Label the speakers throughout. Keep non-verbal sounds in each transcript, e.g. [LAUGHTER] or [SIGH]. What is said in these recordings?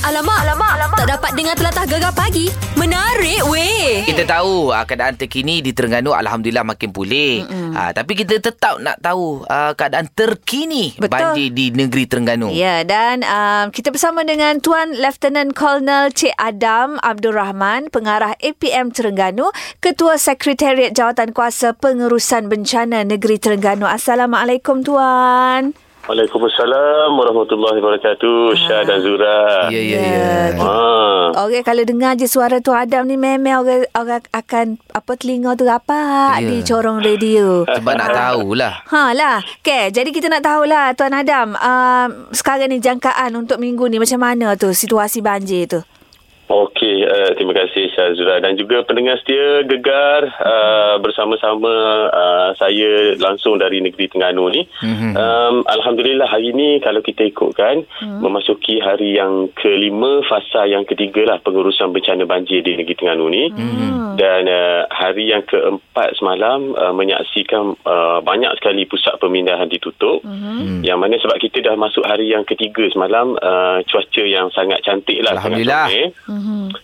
Speaker 1: Alamak, alamak, alamak. Tak dapat dengar telatah gegar pagi. Menarik weh.
Speaker 2: Kita tahu ah, keadaan terkini di Terengganu alhamdulillah makin pulih. Ah, tapi kita tetap nak tahu ah, keadaan terkini
Speaker 3: Betul.
Speaker 2: banjir di negeri Terengganu.
Speaker 3: Ya, dan um, kita bersama dengan Tuan Lieutenant Colonel Cik Adam Abdul Rahman, pengarah APM Terengganu, Ketua Sekretariat Jawatan Kuasa Pengurusan Bencana Negeri Terengganu. Assalamualaikum Tuan.
Speaker 4: Waalaikumsalam warahmatullahi wabarakatuh. Syah dan Zura.
Speaker 2: ya, ya. ya.
Speaker 4: Ha.
Speaker 3: Orang kalau dengar je suara Tuan Adam ni memang orang, orang akan apa telinga tu rapat
Speaker 2: Ya. Ah,
Speaker 3: yeah. di corong radio.
Speaker 2: Sebab nak tahulah.
Speaker 3: Ha lah. Okay, jadi kita nak tahulah Tuan Adam, um, sekarang ni jangkaan untuk minggu ni macam mana tu situasi banjir tu?
Speaker 4: Okey, uh, terima kasih Syah Zura dan juga pendengar setia Gegar uh, bersama-sama uh, saya langsung dari negeri Terengganu ni.
Speaker 2: Mhm.
Speaker 4: Um, Alhamdulillah hari ini kalau kita ikutkan
Speaker 2: Hmm.
Speaker 4: memasuki hari yang kelima fasa yang ketiga lah pengurusan bencana banjir di negeri Terengganu ni.
Speaker 2: Hmm.
Speaker 4: Dan uh, hari yang keempat semalam uh, menyaksikan uh, banyak sekali pusat pemindahan ditutup.
Speaker 2: Hmm.
Speaker 4: Hmm. Yang mana sebab kita dah masuk hari yang ketiga semalam uh, cuaca yang sangat cantik lah. sangat
Speaker 2: Alhamdulillah.
Speaker 4: cerah.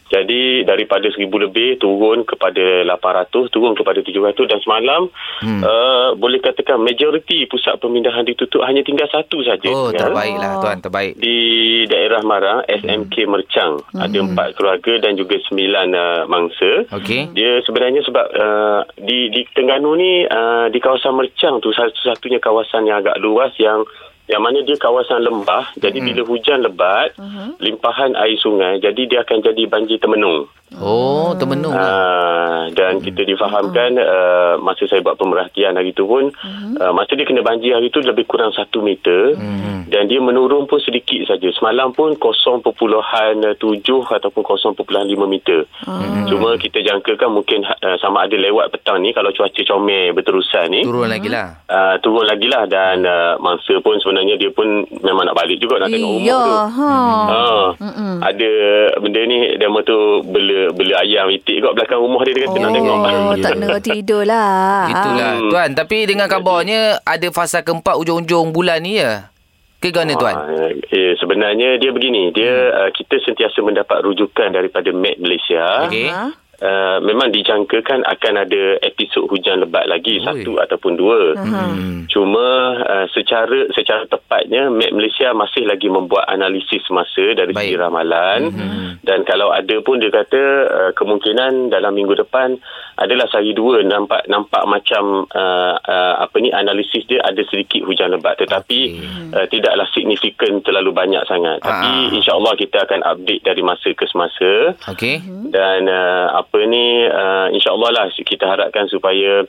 Speaker 4: Jadi daripada 1000 lebih turun kepada 800, turun kepada 700 dan semalam hmm. uh, boleh katakan majoriti pusat pemindahan ditutup hanya tinggal satu saja.
Speaker 2: Oh, Hmm.
Speaker 4: tinggal
Speaker 2: terbaiklah tuan, terbaik.
Speaker 4: di daerah Marang SMK Mercang
Speaker 2: Hmm.
Speaker 4: ada empat keluarga dan juga sembilan uh, mangsa.
Speaker 2: Okey.
Speaker 4: Dia sebenarnya sebab uh, di di Terengganu ni uh, di kawasan Mercang tu satu-satunya kawasan yang agak luas yang yang mana dia kawasan lembah.
Speaker 2: Hmm.
Speaker 4: Jadi bila hujan lebat, limpahan air sungai jadi dia akan jadi banjir temenung.
Speaker 2: Oh, termenung lah.
Speaker 4: Ah, dan kita difahamkan uh, masa saya buat pemerhatian hari tu pun uh, masa dia kena banjir hari tu lebih kurang satu meter dan dia menurun pun sedikit saja semalam pun 0.7 ataupun 0.5 meter cuma kita jangkakan mungkin uh, sama ada lewat petang ni kalau cuaca comel berterusan ni
Speaker 2: Turun lagi lah.
Speaker 4: Uh, turun lagi lah dan uh, mangsa pun sebenarnya dia pun memang nak balik juga nak tengok rumah
Speaker 3: Iya,
Speaker 4: tu
Speaker 3: ha.
Speaker 4: Ha. Ada benda ni demo tu bela bela ayam itik kat belakang rumah dia dia kata nak tengok.
Speaker 3: Oh, tak nak tidur lah.
Speaker 2: Itulah
Speaker 4: Ah.
Speaker 2: tuan, tapi dengan kabarnya ada fasa keempat ujung-ujung bulan ni ya. Ke mana tuan?
Speaker 4: Ah, eh, sebenarnya dia begini, dia uh, kita sentiasa mendapat rujukan daripada Met Malaysia.
Speaker 2: Okey.
Speaker 3: Ha?
Speaker 4: Uh, memang dijangkakan akan ada episod hujan lebat lagi
Speaker 2: Oi.
Speaker 4: satu ataupun dua.
Speaker 2: Hmm.
Speaker 4: Cuma uh, secara secara tepatnya Met Malaysia masih lagi membuat analisis masa dari
Speaker 2: Baik. Hmm.
Speaker 4: segi ramalan mm-hmm. dan kalau ada pun dia kata uh, kemungkinan dalam minggu depan adalah sehari dua nampak nampak macam uh, uh, apa ni analisis dia ada sedikit hujan lebat tetapi okay. uh, tidaklah signifikan terlalu banyak sangat.
Speaker 2: Ah.
Speaker 4: Tapi insyaallah kita akan update dari masa ke semasa
Speaker 2: Okey.
Speaker 3: Hmm.
Speaker 4: dan uh, apa ni uh, insyaallah lah kita harapkan supaya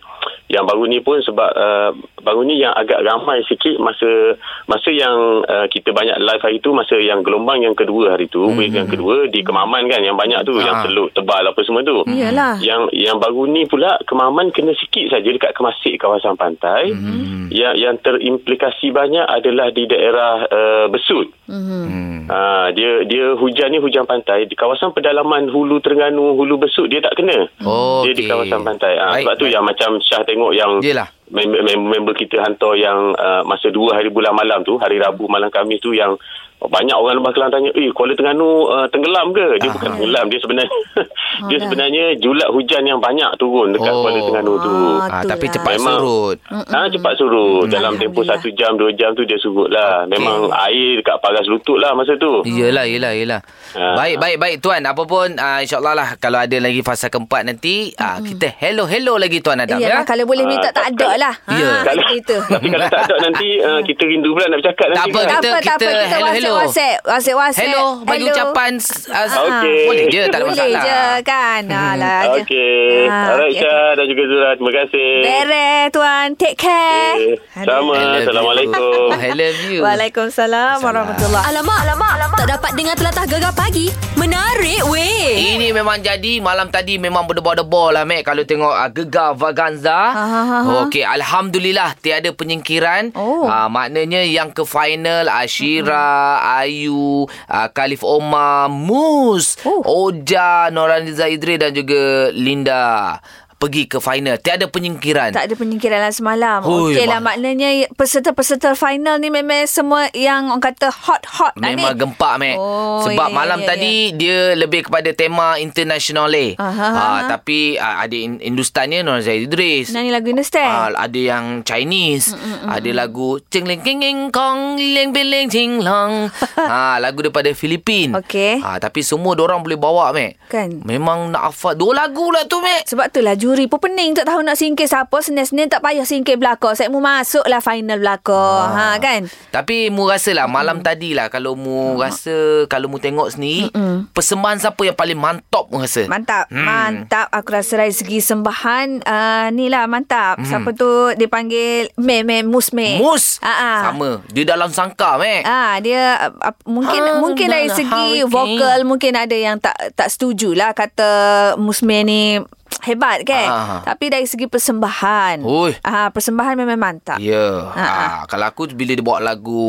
Speaker 4: yang baru ni pun sebab uh, baru ni yang agak ramai sikit masa masa yang uh, kita banyak live hari tu masa yang gelombang yang kedua hari tu mm-hmm. wave yang kedua di Kemaman kan yang banyak tu
Speaker 2: Ah.
Speaker 4: yang teluk tebal apa semua tu
Speaker 3: Yalah.
Speaker 4: yang yang baru ni pula Kemaman kena sikit saja dekat Kemasik kawasan pantai mm-hmm. yang yang terimplikasi banyak adalah di daerah uh, Besut
Speaker 3: Mhm.
Speaker 2: Hmm.
Speaker 4: Ha, dia dia hujan ni hujan pantai di kawasan pedalaman hulu Terengganu hulu Besut dia tak kena.
Speaker 2: Oh,
Speaker 4: Dia di
Speaker 2: okey.
Speaker 4: kawasan pantai. Ha,
Speaker 2: Baik,
Speaker 4: sebab tu
Speaker 2: baik.
Speaker 4: yang macam Syah tengok yang
Speaker 2: Yelah.
Speaker 4: member, member, member kita hantar yang uh, masa dua hari bulan malam tu hari Rabu malam Khamis tu yang banyak orang Lembah Kelang tanya, "Eh, Kuala Terengganu uh, tenggelam ke?"
Speaker 2: Ah.
Speaker 4: Dia bukan tenggelam, dia sebenarnya [LAUGHS] dia
Speaker 3: dah.
Speaker 4: sebenarnya julat hujan yang banyak turun dekat
Speaker 2: Oh.
Speaker 4: Kuala Terengganu tu.
Speaker 3: Ah,
Speaker 2: Ah,
Speaker 3: tu
Speaker 2: tapi
Speaker 3: lah.
Speaker 2: cepat
Speaker 4: Memang.
Speaker 2: surut.
Speaker 4: Ah ha, cepat surut dalam tempoh
Speaker 3: Alhamdulillah.
Speaker 4: satu jam dua jam tu dia surut lah. Memang air dekat paras lutut lah masa tu.
Speaker 2: Iyalah, iyalah, iyalah.
Speaker 4: Ah.
Speaker 2: Baik, baik, baik tuan. Apa pun uh, insyaAllah lah kalau ada lagi fasa keempat nanti, uh, kita hello-hello lagi tuan Adam
Speaker 3: Yalah,
Speaker 2: ya.
Speaker 3: kalau boleh minta tak
Speaker 4: Ah,
Speaker 3: ada lah.
Speaker 2: Ya.
Speaker 3: Ha,
Speaker 4: Kalau-
Speaker 3: itu.
Speaker 4: [LAUGHS] Tapi kalau tak ada
Speaker 3: [LAUGHS]
Speaker 4: nanti uh, kita rindu pula nak bercakap
Speaker 2: Tak
Speaker 4: nanti.
Speaker 2: apa,
Speaker 4: kan?
Speaker 3: Tak
Speaker 2: Kita-
Speaker 3: apa, tak apa.
Speaker 2: kita
Speaker 3: Kita
Speaker 2: hello, hello.
Speaker 3: WhatsApp, WhatsApp, WhatsApp.
Speaker 2: hello, bagi ucapan. Uh,
Speaker 4: Okey.
Speaker 2: Boleh je, tak ada
Speaker 3: Boleh
Speaker 2: masalah. Mhm.
Speaker 3: je kan. Alah. je.
Speaker 4: Okey.
Speaker 3: Ah,
Speaker 4: Alright
Speaker 3: okey.
Speaker 4: Syah dan juga Zura. Terima kasih.
Speaker 3: Beres, Tuan. Take care.
Speaker 4: Okey.
Speaker 2: I
Speaker 4: Sama.
Speaker 2: love you.
Speaker 4: Assalamualaikum.
Speaker 2: [LAUGHS] I love you.
Speaker 3: Waalaikumsalam warahmatullahi
Speaker 1: Alamak, alamak, alamak. Tak dapat dengar telatah gegar pagi. Menarik weh.
Speaker 2: Ini memang jadi malam tadi memang berdebar-debar lah Mac kalau tengok uh, gegar Vaganza.
Speaker 3: ha, ha.
Speaker 2: Okey alhamdulillah tiada penyingkiran.
Speaker 3: Oh.
Speaker 2: Ah, maknanya yang ke final Ashira, Ayu, uh, Khalif Omar, Mus,
Speaker 3: Oh.
Speaker 2: Oja, Noraniza Idri dan juga Linda. pergi ke final. Tiada penyingkiran.
Speaker 3: Tak ada penyingkiran lah semalam.
Speaker 2: Hui,
Speaker 3: Okey lah
Speaker 2: mak-
Speaker 3: maknanya peserta-peserta final ni memang semua yang orang kata hot-hot lah
Speaker 2: Memang
Speaker 3: ni.
Speaker 2: gempak, Mac.
Speaker 3: Oh,
Speaker 2: Sebab
Speaker 3: ya, ya,
Speaker 2: malam
Speaker 3: ya, Ha,
Speaker 2: tadi dia lebih kepada tema international eh.
Speaker 3: Aha.
Speaker 2: Ah, tapi ah, ada in- Hindustannya Nur Zahid Idris.
Speaker 3: Nyanyi lagu Understand.
Speaker 2: Ah, ada yang Chinese,
Speaker 3: Mm,
Speaker 2: ada lagu Ching Ling King Ing Kong Ling Biling Ching Long.
Speaker 3: [LAUGHS]
Speaker 2: ah, lagu daripada Filipin.
Speaker 3: Okey.
Speaker 2: Ah, tapi semua orang boleh bawa, Mac.
Speaker 3: Kan.
Speaker 2: Memang nak hafal dua lagu lah tu, Mac.
Speaker 3: Sebab tu lah juri pun pening tak tahu nak singkir siapa. Senin-senin tak payah singkir belakang. Saya mu masuk lah final belakang. Ha.
Speaker 2: Ah.
Speaker 3: ha kan? Ah.
Speaker 2: Tapi mu rasa lah malam tadi lah kalau mu rasa kalau mu tengok sendiri persembahan siapa yang paling mantap mu rasa?
Speaker 3: Mantap. Hmm. Mantap. Aku rasa dari segi sembahan uh, ni lah mantap. Hmm. Siapa tu dipanggil Meh Meh Musme.
Speaker 2: Mus.
Speaker 3: Ah, ah.
Speaker 2: Sama. Dia dalam sangka, Mac.
Speaker 3: Ah dia uh, ap- mungkin
Speaker 2: Ah,
Speaker 3: mungkin dari
Speaker 2: nah,
Speaker 3: segi
Speaker 2: hurricane.
Speaker 3: vokal mungkin ada yang tak tak setuju lah kata Musme ni hebat kan.
Speaker 2: Ah.
Speaker 3: Tapi dari segi persembahan.
Speaker 2: Ui.
Speaker 3: Ah persembahan memang mantap.
Speaker 2: Ya.
Speaker 3: Ah, ah.
Speaker 2: Ah, kalau aku bila dia bawa lagu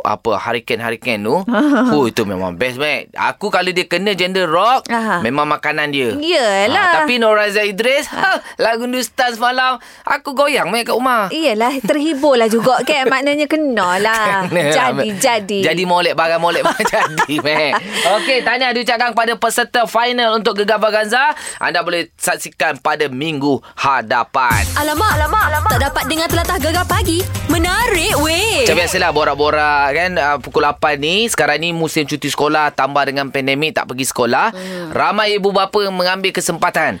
Speaker 2: apa Hurricane Hurricane
Speaker 3: [LAUGHS]
Speaker 2: tu, oh itu memang best Mac. Aku kalau dia kena genre rock,
Speaker 3: Ah.
Speaker 2: memang makanan dia.
Speaker 3: Yelah.
Speaker 2: Ah, tapi Noraza Idris,
Speaker 3: Ah.
Speaker 2: ha, lagu Hindustan semalam, aku goyang Mac kat rumah. [LAUGHS]
Speaker 3: Iyalah terhibur lah juga kan Maknanya kena lah
Speaker 2: Kena lah,
Speaker 3: Jadi
Speaker 2: Mat.
Speaker 3: jadi
Speaker 2: Jadi molek barang molek [LAUGHS] barang jadi meh. Okey, tahniah diucapkan kepada peserta final untuk Gegar Vaganza. Anda boleh saksikan pada minggu hadapan.
Speaker 1: Alamak, alamak, alamak. Tak dapat dengar telatah gegar pagi. Menarik weh.
Speaker 3: Eh, ya.
Speaker 2: Macam biasalah borak-borak kan uh, pukul 8 ni sekarang ni musim cuti sekolah tambah dengan pandemik tak pergi sekolah hmm. ramai ibu bapa mengambil kesempatan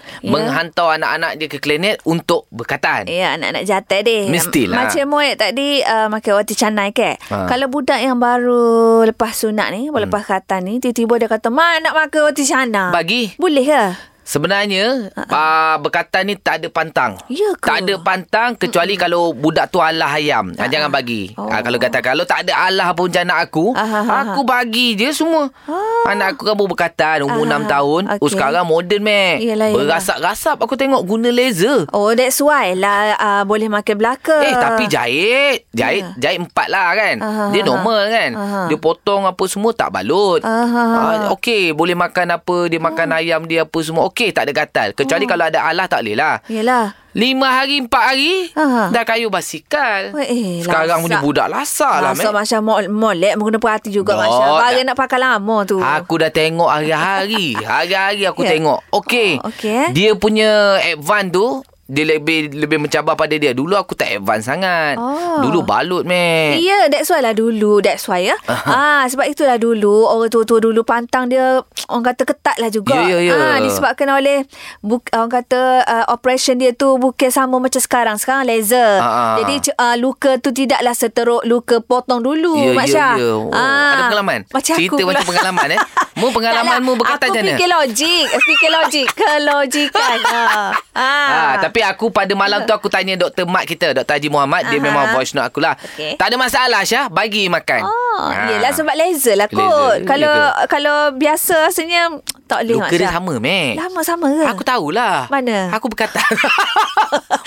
Speaker 3: Ya.
Speaker 2: yeah. menghantar anak-anak dia ke klinik untuk berkatan.
Speaker 3: Ya anak-anak jatah deh
Speaker 2: Mestilah.
Speaker 3: Macam muat tadi uh, Makan roti canai ke
Speaker 2: Ha.
Speaker 3: Kalau budak yang baru Lepas sunat ni hmm. Lepas khatan ni Tiba-tiba dia kata Mak nak makan roti canai
Speaker 2: Bagi
Speaker 3: Boleh ke?
Speaker 2: Sebenarnya uh, berkatan ni tak ada pantang.
Speaker 3: Ya ke?
Speaker 2: Tak ada pantang kecuali Mm-mm. kalau budak tu alah ayam. uh Jangan bagi.
Speaker 3: Oh.
Speaker 2: Oh. kalau kata kalau tak ada alah pun jana aku,
Speaker 3: Ah, ah, ah,
Speaker 2: aku bagi je semua.
Speaker 3: Oh.
Speaker 2: Anak aku kan baru berkatan umur
Speaker 3: Ah,
Speaker 2: enam 6 tahun. Oh
Speaker 3: okey.
Speaker 2: sekarang moden meh.
Speaker 3: Yelah, yelah.
Speaker 2: Berasap-rasap aku tengok guna laser.
Speaker 3: Oh that's why lah uh, Boleh makan belaka
Speaker 2: Eh tapi jahit Jahit
Speaker 3: Ya.
Speaker 2: Jahit empat lah kan
Speaker 3: Aha,
Speaker 2: Dia
Speaker 3: aha.
Speaker 2: normal kan
Speaker 3: Aha.
Speaker 2: Dia potong apa semua Tak balut
Speaker 3: Aha.
Speaker 2: Ah, Okey boleh makan apa Dia makan
Speaker 3: Ah.
Speaker 2: ayam dia apa semua Okey tak ada gatal Kecuali kalau ada alah tak boleh lah
Speaker 3: Yelah
Speaker 2: Lima hari, empat hari
Speaker 3: Aha.
Speaker 2: Dah kayu basikal
Speaker 3: Wah, Ah, eh,
Speaker 2: Sekarang
Speaker 3: lasak.
Speaker 2: punya budak lasak lah
Speaker 3: Masa
Speaker 2: Mac.
Speaker 3: Masya mol- molek Mengena perhati juga
Speaker 2: Dok,
Speaker 3: Masya Barang
Speaker 2: tak-
Speaker 3: nak pakai lama tu
Speaker 2: Aku dah tengok
Speaker 3: [LAUGHS]
Speaker 2: hari-hari Hari-hari aku
Speaker 3: Ya.
Speaker 2: yeah. tengok Okey
Speaker 3: Oh, okey, eh.
Speaker 2: Dia punya advance tu dia lebih lebih mencabar pada dia. Dulu aku tak advance sangat.
Speaker 3: Oh.
Speaker 2: Dulu balut, meh.
Speaker 3: Ya, yeah, that's why lah dulu. That's why ya. Ah, sebab itulah dulu orang tua-tua dulu pantang dia orang kata ketat lah juga.
Speaker 2: Ya, ya, ya.
Speaker 3: Ah, disebabkan oleh bu, orang kata uh, operation dia tu bukan sama macam sekarang. Sekarang laser.
Speaker 2: Ah, ah.
Speaker 3: Jadi c- uh, luka tu tidaklah seteruk luka potong dulu,
Speaker 2: Ya,
Speaker 3: Mak
Speaker 2: ya,
Speaker 3: Syah. Ah,
Speaker 2: ya. Oh, ada pengalaman?
Speaker 3: Macam
Speaker 2: Cerita
Speaker 3: aku pula.
Speaker 2: macam pengalaman, eh?
Speaker 3: [LAUGHS]
Speaker 2: Mu
Speaker 3: Tak lah,
Speaker 2: pengalaman mu
Speaker 3: Aku
Speaker 2: berkaitan macam mana?
Speaker 3: fikir logik. Fikir logik.
Speaker 2: [LAUGHS]
Speaker 3: Kelogikan. ah. Ah.
Speaker 2: Ah, tapi aku pada malam tu aku tanya doktor mat kita, Dr. Haji Muhammad, dia
Speaker 3: Aha.
Speaker 2: memang voice note akulah.
Speaker 3: Okey.
Speaker 2: Tak ada masalah Syah, bagi makan.
Speaker 3: Oh,
Speaker 2: Ah.
Speaker 3: yelah sebab laser lah kot.
Speaker 2: Laser, ya
Speaker 3: kalau
Speaker 2: ke?
Speaker 3: kalau biasa rasanya tak boleh
Speaker 2: Luka
Speaker 3: Mak
Speaker 2: dia
Speaker 3: Syah.
Speaker 2: sama, meh.
Speaker 3: Lama sama ke?
Speaker 2: Aku tahulah.
Speaker 3: Mana?
Speaker 2: Aku berkata. [LAUGHS]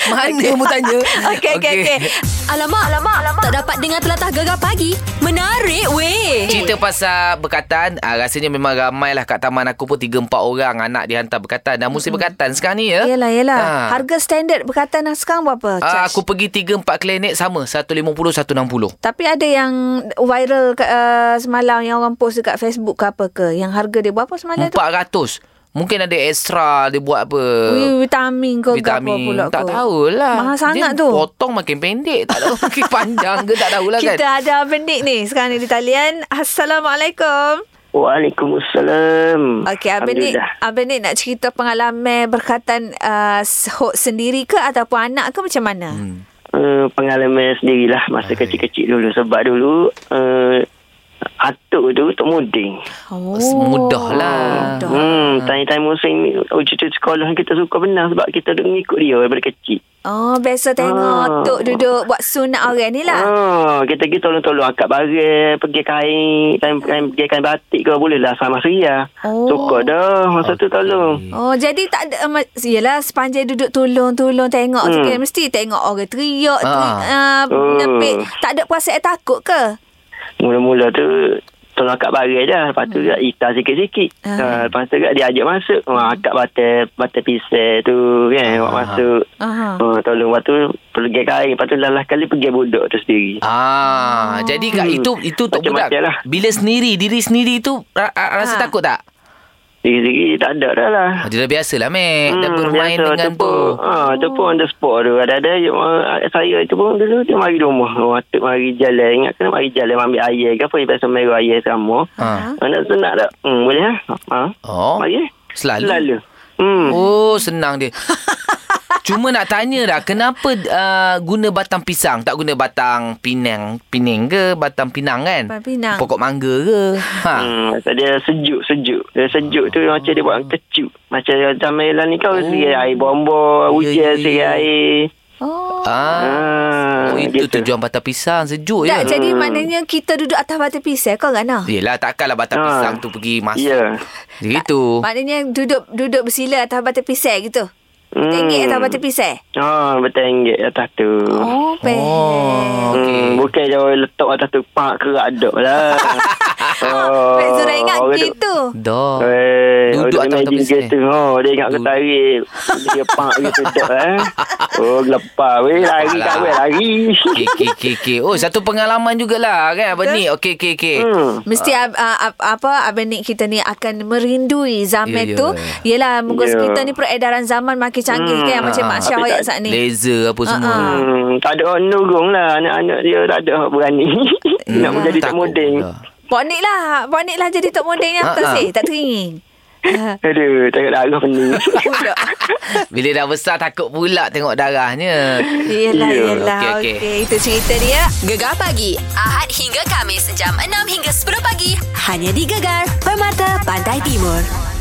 Speaker 2: Mana mu tanya?
Speaker 3: [LAUGHS] [LAUGHS] Okey, okey, okey.
Speaker 1: Alamak, alamak, alamak. Tak dapat dengar telatah gegar pagi. Menarik weh.
Speaker 2: Cerita pasal berkatan ah, Rasanya memang ramai lah Kat taman aku pun 3-4 orang Anak dihantar berkatan Dah musim berkatan sekarang ni ya
Speaker 3: Yelah, yelah.
Speaker 2: Ah.
Speaker 3: Harga standard berkatan lah sekarang berapa? Charge?
Speaker 2: Ah, aku pergi 3-4 klinik sama 150, 160
Speaker 3: Tapi ada yang viral ke, uh, semalam yang orang post dekat Facebook ke apa ke. Yang harga dia berapa semalam tu?
Speaker 2: 400 Mungkin ada ekstra Dia buat apa
Speaker 3: Ui, vitamin ke ke
Speaker 2: Vitamin
Speaker 3: apa pula
Speaker 2: Tak
Speaker 3: ke.
Speaker 2: tahulah
Speaker 3: Mahal sangat
Speaker 2: dia
Speaker 3: tu.
Speaker 2: potong makin pendek Tak tahu
Speaker 3: [LAUGHS]
Speaker 2: makin panjang ke Tak tahulah
Speaker 3: Kita
Speaker 2: kan
Speaker 3: ada Benik ni sekarang ni di talian. Assalamualaikum.
Speaker 5: Waalaikumsalam.
Speaker 3: Okey, Abang Nik,
Speaker 5: Alhamdulillah.
Speaker 3: Abang Nik nak cerita pengalaman berkatan uh, hok sendiri ke ataupun anak ke macam mana? Hmm.
Speaker 5: Uh, pengalaman sendirilah masa kecil-kecil dulu. Sebab dulu uh, atuk tu Tok Muding.
Speaker 2: Hmm.
Speaker 3: Oh.
Speaker 2: Mudah lah.
Speaker 3: Mudah.
Speaker 5: Hmm, time-time musim ni, uji tu sekolah kita suka benar sebab kita duk mengikut dia daripada kecil.
Speaker 3: Oh, biasa tengok
Speaker 5: Ah.
Speaker 3: Tok duduk buat sunat orang ni lah.
Speaker 5: Ah, kita pergi tolong-tolong akak barang, pergi kain, time, time pergi kain batik ke boleh lah sama Ria.
Speaker 3: Oh.
Speaker 5: Suka dah masa tu tolong.
Speaker 3: Oh, jadi tak ada... Um, yelah, sepanjang duduk tolong-tolong tengok hmm. tu
Speaker 5: Hmm.
Speaker 3: kan. Mesti tengok orang teriak,
Speaker 2: Ah.
Speaker 3: teri, uh,
Speaker 5: Oh.
Speaker 3: nepek. Tak ada perasaan takut ke?
Speaker 5: Mula-mula tu
Speaker 4: tolong akak barai je. Lepas tu hmm. itar sikit-sikit.
Speaker 3: Ah. Hmm.
Speaker 4: Uh, lepas tu dia ajak masuk. Wah, akak batal, batal pisau tu kan. Awak masuk.
Speaker 3: Aha.
Speaker 4: Uh, tolong lepas tu pergi kain. Lepas tu lalah kali pergi budak tu sendiri.
Speaker 2: Ah, jadi kat
Speaker 4: Hmm.
Speaker 2: itu itu untuk budak.
Speaker 4: Macam-macam lah.
Speaker 2: Bila sendiri, diri sendiri itu ra- ra-
Speaker 3: Ha.
Speaker 2: rasa takut tak?
Speaker 4: Sendiri-sendiri tak ada dah lah.
Speaker 2: Oh, dia dah biasalah, Mek. dah bermain
Speaker 4: Hmm, biasa,
Speaker 2: dengan
Speaker 4: pun,
Speaker 2: tu.
Speaker 4: Ah, tu pun on the spot tu. Ada-ada yang, ah, saya tu pun dulu dia mari rumah. Oh, atuk mari jalan. Ingat kena mari jalan ambil air ke apa. Dia biasa mari air sama.
Speaker 2: Ha.
Speaker 4: Ah, nak sunat tak? Hmm, boleh ha? ha?
Speaker 2: Oh.
Speaker 4: Mari.
Speaker 2: Selalu.
Speaker 4: Selalu. Hmm.
Speaker 2: Oh, senang dia. Cuma nak tanya dah, kenapa uh, guna batang pisang? Tak guna batang pinang, pining ke? Batang pinang kan?
Speaker 3: Batang pinang.
Speaker 2: Pokok mangga ke? Ha.
Speaker 4: Hmm, kata dia sejuk, sejuk. Dia sejuk tu macam dia buat kecuk. Macam zaman lah ni kau oh. seri air bomba,
Speaker 2: Ya,
Speaker 4: hujan
Speaker 2: ya,
Speaker 4: seri
Speaker 2: ya.
Speaker 4: air.
Speaker 3: Oh.
Speaker 2: Ah.
Speaker 4: Ah,
Speaker 2: Oh, itu
Speaker 4: gitu.
Speaker 2: tujuan batang pisang. Sejuk
Speaker 3: Tak,
Speaker 2: je.
Speaker 3: jadi maknanya kita duduk atas batu pisau kau kan Ana?
Speaker 2: Yelah, takkanlah batang
Speaker 4: Ah.
Speaker 2: pisang tu pergi masuk.
Speaker 4: Ya.
Speaker 2: Gitu.
Speaker 3: Maknanya duduk duduk bersila atas batu pisau gitu.
Speaker 4: Hmm.
Speaker 3: Tenggek atas batu pisau.
Speaker 4: Ah, bertenggek atas tu.
Speaker 3: Oh, pe.
Speaker 2: Oh, okey.
Speaker 4: Hmm, bukan jauh letak atas tu pak kerak dok lah.
Speaker 3: Oh, Pak Zura ingat
Speaker 4: orang duk-
Speaker 3: gitu.
Speaker 2: Dah.
Speaker 4: Eh,
Speaker 2: Duduk
Speaker 4: orang
Speaker 2: atas
Speaker 4: imagine
Speaker 2: tepi sini.
Speaker 4: gitu. Oh, dia ingat aku
Speaker 2: Duduk.
Speaker 4: tarik. Dia pak gitu dok
Speaker 2: [LAUGHS]
Speaker 4: eh. Oh, gelepar weh lari
Speaker 2: Alah.
Speaker 4: kat weh lari.
Speaker 2: lah. Okey, okey, okey, okey. Oh, satu pengalaman jugalah kan Abang Nik. Okey, okey, okey.
Speaker 4: [LAUGHS] Hmm.
Speaker 3: Mesti ab,
Speaker 2: Ah.
Speaker 3: ah, ab, apa Abang Nik kita ni akan merindui zaman
Speaker 2: Ya, ya.
Speaker 3: tu. Yelah, mungkin
Speaker 4: Ya.
Speaker 3: kita ni peredaran zaman makin canggih kan macam
Speaker 2: Ah,
Speaker 3: Mak Syah
Speaker 4: tapi
Speaker 3: Hoyat
Speaker 4: tak-
Speaker 3: saat ni. Ah,
Speaker 2: Laser apa semua.
Speaker 4: Hmm, tak ada orang nurung lah anak-anak dia tak ada orang berani. [LAUGHS] Nak menjadi tak
Speaker 2: Hmm, Takut
Speaker 4: modeng.
Speaker 2: dah.
Speaker 3: Pok Nik lah. Pok Nik lah jadi Tok Modeng yang
Speaker 2: Ah,
Speaker 3: betul
Speaker 2: ah.
Speaker 3: sih. Tak
Speaker 2: [LAUGHS]
Speaker 3: teringin.
Speaker 4: Aduh, tak ada arah pening.
Speaker 3: Pulak.
Speaker 2: Bila dah besar takut pula tengok darahnya.
Speaker 3: Yelah,
Speaker 4: Ya.
Speaker 3: yelah.
Speaker 2: Okey,
Speaker 3: Okey,
Speaker 2: okey.
Speaker 3: itu cerita dia.
Speaker 6: Gegar pagi Ahad hingga Kamis jam 6 hingga 10 pagi hanya di Gegar Permata Pantai Timur.